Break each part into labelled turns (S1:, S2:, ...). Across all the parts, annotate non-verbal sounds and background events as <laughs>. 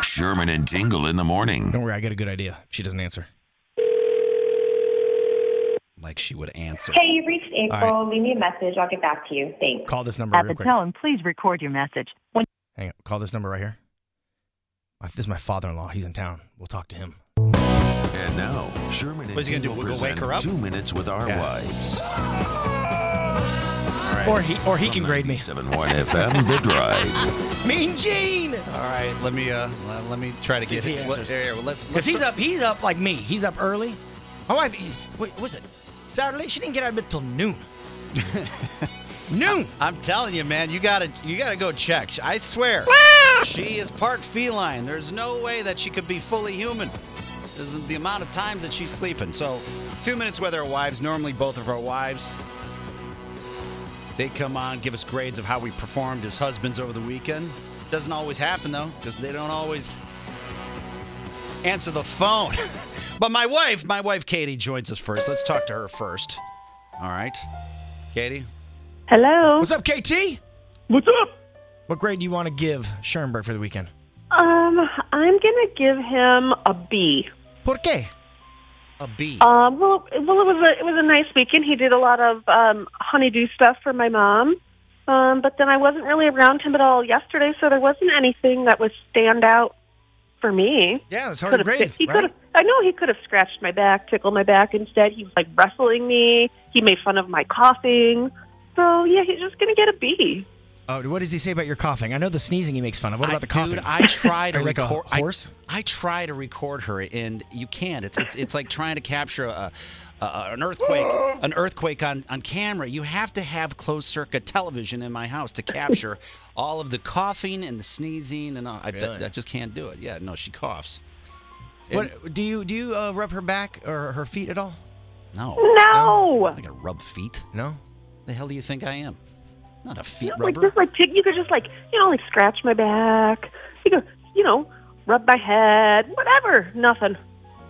S1: Sherman and Tingle in the morning.
S2: Don't worry, I got a good idea. She doesn't answer. Like she would answer.
S3: Hey, you reached April. Leave me a message. I'll get back to you. Thanks.
S2: Call this number
S4: At
S2: real
S4: the
S2: quick.
S4: tone, please record your message. When
S2: Hang on. Call this number right here. My- This is my father-in-law. He's in town. We'll talk to him.
S1: And now, Sherman and
S5: What is he gonna do,
S1: Tingle
S5: w- go wake
S1: present
S5: her up?
S1: Two Minutes with Our
S2: Yeah.
S1: Wives.
S2: Or he, or he can grade me.
S1: 7.1 FM, The Drive.
S2: Mean Gene,
S5: All right, let me uh, let- let me try to
S2: See
S5: get
S2: if he
S5: it. Let-
S2: answers.
S5: There, well, let's.
S2: because
S5: let's
S2: he's
S5: try-
S2: up. He's up like me. He's up early. My wife. Wait, what was it Saturday? She didn't get out of bed till <laughs> noon. noon.
S5: I'm telling you, man, you gotta you gotta go check. I swear, she is part feline. There's no way that she could be fully human. This is the amount of times that she's sleeping. So, two minutes with our wives. Normally, both of our wives. They come on, give us grades of how we performed as husbands over the weekend. Doesn't always happen though, because they don't always answer the phone. <laughs> but my wife, my wife Katie, joins us first. Let's talk to her first. All right, Katie.
S3: Hello.
S2: What's up, KT?
S6: What's up?
S2: What grade do you want to give Schoenberg for the weekend?
S6: Um, I'm gonna give him a B.
S2: Por qué?
S5: A B.
S6: Um, well, well, it was a it was a nice weekend. He did a lot of um, honeydew stuff for my mom, um, but then I wasn't really around him at all yesterday, so there wasn't anything that was stand out for me.
S2: Yeah, that's hard to
S6: Could've-
S2: grade,
S6: he could
S2: right?
S6: have. I know he could have scratched my back, tickled my back. Instead, he was like wrestling me. He made fun of my coughing. So yeah, he's just gonna get a B.
S2: Oh, what does he say about your coughing? I know the sneezing he makes fun of. What
S5: I-
S2: about the coughing?
S5: Dude, I
S2: <laughs>
S5: try to
S2: Are you like a
S5: record.
S2: ho- horse?
S5: I, I try to record her, and you can't. It's it's, it's like trying to capture a, a, a- an <gasps> earthquake, an earthquake on on camera. You have to have closed circuit television in my house to <laughs> capture all of the coughing and the sneezing, and all. I, I, just can't do it. Yeah, no, she coughs.
S2: What do you do? You uh, rub her back or her feet at all?
S5: No, <laughs>
S6: No,
S5: I gotta rub feet.
S2: No.
S5: The hell do you think I am? Not a feet
S6: No, like
S5: rubber.
S6: just like tick, you could just like you know like scratch my back. You could you know rub my head, whatever. Nothing.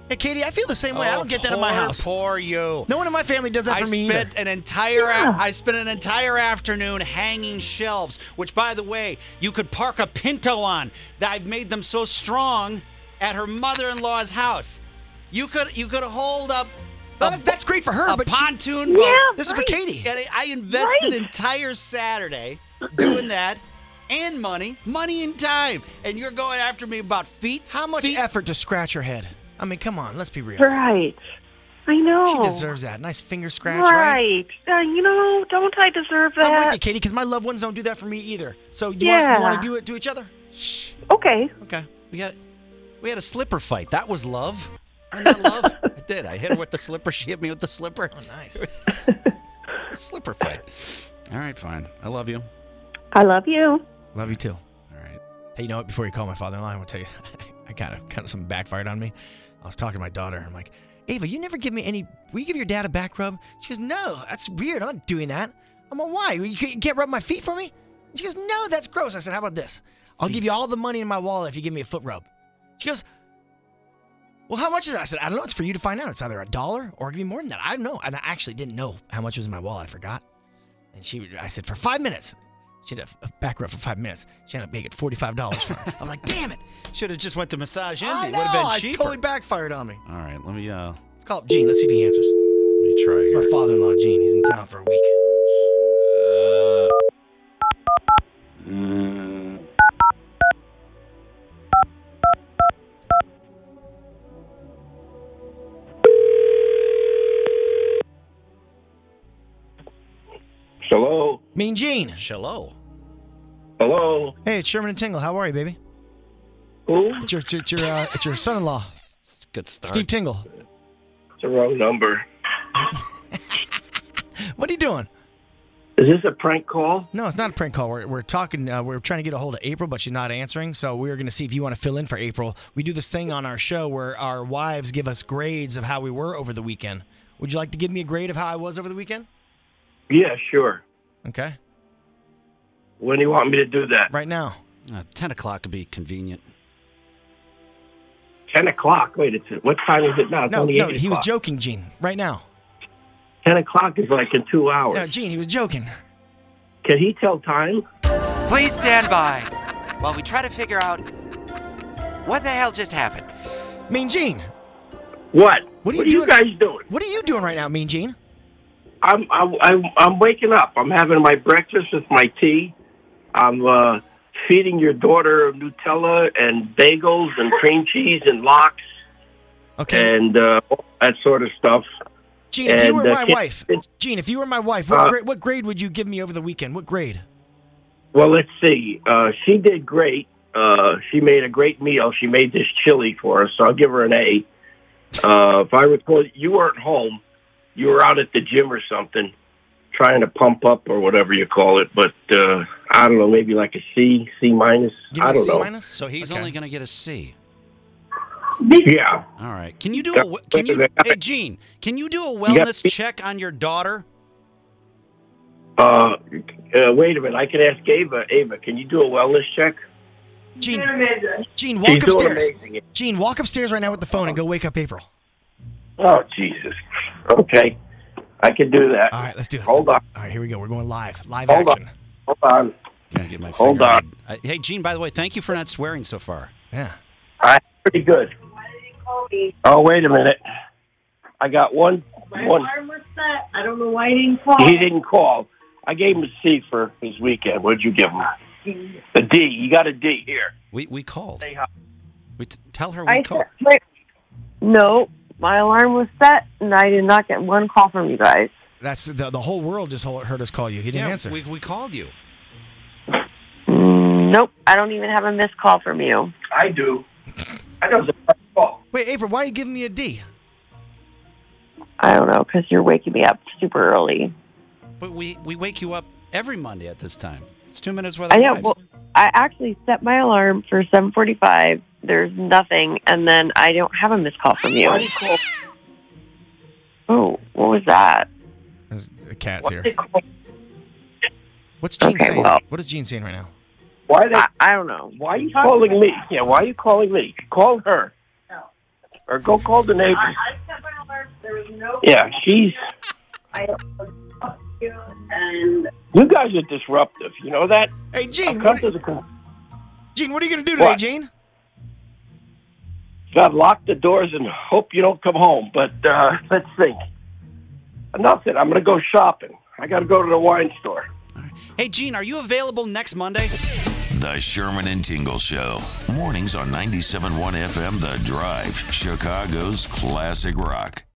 S2: Hey, Katie, I feel the same way. I
S5: Oh,
S2: don't get that in my
S5: poor-
S2: house.
S5: Poor you.
S2: No one in my family does that
S5: I
S2: for me either.
S5: spent an entire I spent an entire afternoon hanging shelves, which by the way, you could park a pinto on. That I've made them so strong at her mother-in-law's house. You could you could hold up
S2: Oh,
S5: a-
S2: that- that's great for her,
S5: a
S2: but she-
S5: pontoon boat.
S6: Yeah,
S2: This is for
S6: right.
S2: Katie.
S5: And I I invested
S6: Right.
S5: entire Saturday doing that. And money, money and time, and you're going after me about feet.
S2: How much
S5: feet?
S2: effort to scratch her head? I mean, come on, let's be real.
S6: Right. I know.
S2: She deserves that. Nice finger scratch, right?
S6: Right. Uh, you know, don't I deserve that?
S2: I'm with you, Katie, because my loved ones don't do that for me either. So you
S6: Yeah.
S2: want to do it to each other?
S6: Okay.
S5: Okay. We got we had a slipper fight. That was love. Wasn't that
S6: <laughs>
S5: love? I did. I hit her with the slipper. She hit me with the slipper.
S2: Oh, nice.
S5: A <laughs> slipper fight. All right, fine. I love you.
S6: I love you.
S2: Love you too.
S5: All right.
S2: Hey, you know what? Before you call my father-in-law, I want to tell you, <laughs> I kind of kind of something backfired on me. I was talking to my daughter. I'm like, Ava, you never give me any. Will you give your dad a back rub? She goes, No, that's weird. I'm not doing that. I'm like, Why? You can't you can't rub my feet for me? She goes, No, that's gross. I said, How about this? I'll give you all the money in my wallet if you give me a foot rub. She goes, Well, how much is it? I said, I don't know. It's for you to find out. It's either a dollar or it could be more than that. I don't know. And I actually didn't know how much was in my wallet. I forgot. And she, I said, for five minutes. She did a, a back rub for five minutes. She ended up making forty-five dollars for <laughs> it. I was like, damn it!
S5: Should have just went to massage
S2: I
S5: envy.
S2: know,
S5: Would have
S2: I
S5: been cheaper.
S2: totally backfired on me.
S5: All right. Let me uh.
S2: Let's call up Gene. Let's see if he answers.
S5: Let me try
S2: It's my
S5: here.
S2: father-in-law, Gene. He's in town for a week. Mean Gene.
S5: Shalom.
S7: Hello.
S2: Hey, it's Sherman and Tingle. How are you, baby?
S7: Who?
S2: It's your, it's your, it's your, uh, it's your <laughs> son-in-law,
S5: It's a Good start.
S2: Steve Tingle.
S7: It's the wrong number.
S2: What are you doing?
S7: Is this a prank call?
S2: No, it's not a prank call. We're, we're talking. Uh, we're trying to get a hold of April, but she's not answering. So we're going to see if you want to fill in for April. We do this thing on our show where our wives give us grades of how we were over the weekend. Would you like to give me a grade of how I was over the weekend?
S7: Yeah, sure.
S2: Okay,
S7: When do you want me to do that?
S2: right now.
S5: Uh, 10 o'clock would be convenient.
S7: Ten o'clock. Wait, it's what time is it now? It's
S2: No,
S7: only
S2: no,
S7: eight
S2: he was
S7: o'clock.
S2: joking, Gene. Right now.
S7: Ten o'clock is like in two hours.
S2: No, Gene, he was joking.
S7: Can he tell time?
S8: Please stand by while we try to figure out what the hell just happened.
S2: Mean Gene,
S7: What?
S2: What are you doing?
S7: guys doing?
S2: what are you doing right now, Mean Gene?
S7: I'm I'm I'm, I'm waking up. I'm having my breakfast with my tea. I'm uh, feeding your daughter Nutella and bagels and cream cheese and lox
S2: Okay,
S7: and uh, that sort of stuff.
S2: Gene, if you
S7: and,
S2: were
S7: uh,
S2: my
S7: can-
S2: wife, Gene, if you were my wife, what,
S7: Uh,
S2: grade, what grade would you give me over the weekend? What grade?
S7: Well, let's see. Uh, she did great. Uh, she made a great meal. She made this chili for us, so I'll give her an A. Uh, if I recall, you weren't home. You were out at the gym or something, trying to pump up or whatever you call it. But uh, I don't know, maybe like a C, C minus.
S2: Give me
S7: I
S2: a
S7: don't
S2: C
S7: know.
S2: minus.
S5: So he's
S2: Okay.
S5: only going to get a C.
S7: Yeah.
S5: All right. Can you do a wh- can you Hey Gene, can you do a wellness check on your daughter?
S7: Uh, uh, wait a minute. I can ask Ava. Ava, can you do a wellness check?
S2: Gene, Gene,
S7: She's
S2: walk
S7: doing
S2: upstairs.
S7: amazing.
S2: Gene, walk upstairs right now with the phone and go wake up April.
S7: Oh Jesus. Okay, I can do that.
S2: All right, let's do it.
S7: Hold on.
S2: All right, here we go. We're going live. Live
S7: Hold on.
S2: action.
S7: Hold on.
S5: Can I get my
S7: Hold
S5: finger
S7: on.
S5: Uh, hey Gene, by the way, thank you for not swearing so far.
S2: Yeah.
S7: I pretty good. Oh wait a minute. I got one. one.
S3: was set. I don't know why he didn't call.
S7: He didn't call. I gave him a C for his weekend. What'd you give him? A D. You got a D here.
S5: We we called.
S7: Say hi.
S5: We t- tell her we
S3: I
S5: called.
S3: said, wait. No, my alarm was set, and I did not get one call from you guys.
S2: That's the, the whole world just ho- heard us call you. He didn't
S5: yeah,
S2: answer.
S5: we we called you.
S3: Mm, Nope, I don't even have a missed call from you.
S7: I do. I know it's a bad call.
S2: Wait, April, why are you giving me a D?
S3: I don't know because you're waking me up super early.
S5: But we we wake you up every Monday at this time. It's 2 minutes with
S3: I
S5: our
S3: know.
S5: wives.
S3: Well, I actually set my alarm for 7:45. There's nothing, and then I don't have a missed call from you.
S7: Why do you call?
S3: Oh, what was that?
S2: There's a cat's
S7: Why
S2: here.
S7: do you call?
S2: What's Gene
S3: Okay,
S2: saying?
S3: well-
S2: What is Gene saying right now?
S7: Why they?
S3: I, I don't know.
S7: Why are you calling me? Yeah. Why are you calling me? Call her. Or go call the neighbor.
S3: set my alarm. There was no.
S7: Yeah, she's.
S3: I you and
S7: You guys are disruptive. You know that.
S2: Hey,
S7: I've
S2: Gene,
S7: come
S2: what,
S7: to the. con-
S2: Gene, what are you going to do today,
S7: What?
S2: Gene?
S7: God, lock the doors and hope you don't come home. But uh, <laughs> let's think. Nothing. I'm going to go shopping. I got to go to the wine store.
S5: Hey Gene, are you available next Monday?
S1: The Sherman and Tingle Show. Mornings on 97.1 FM The Drive, Chicago's classic rock.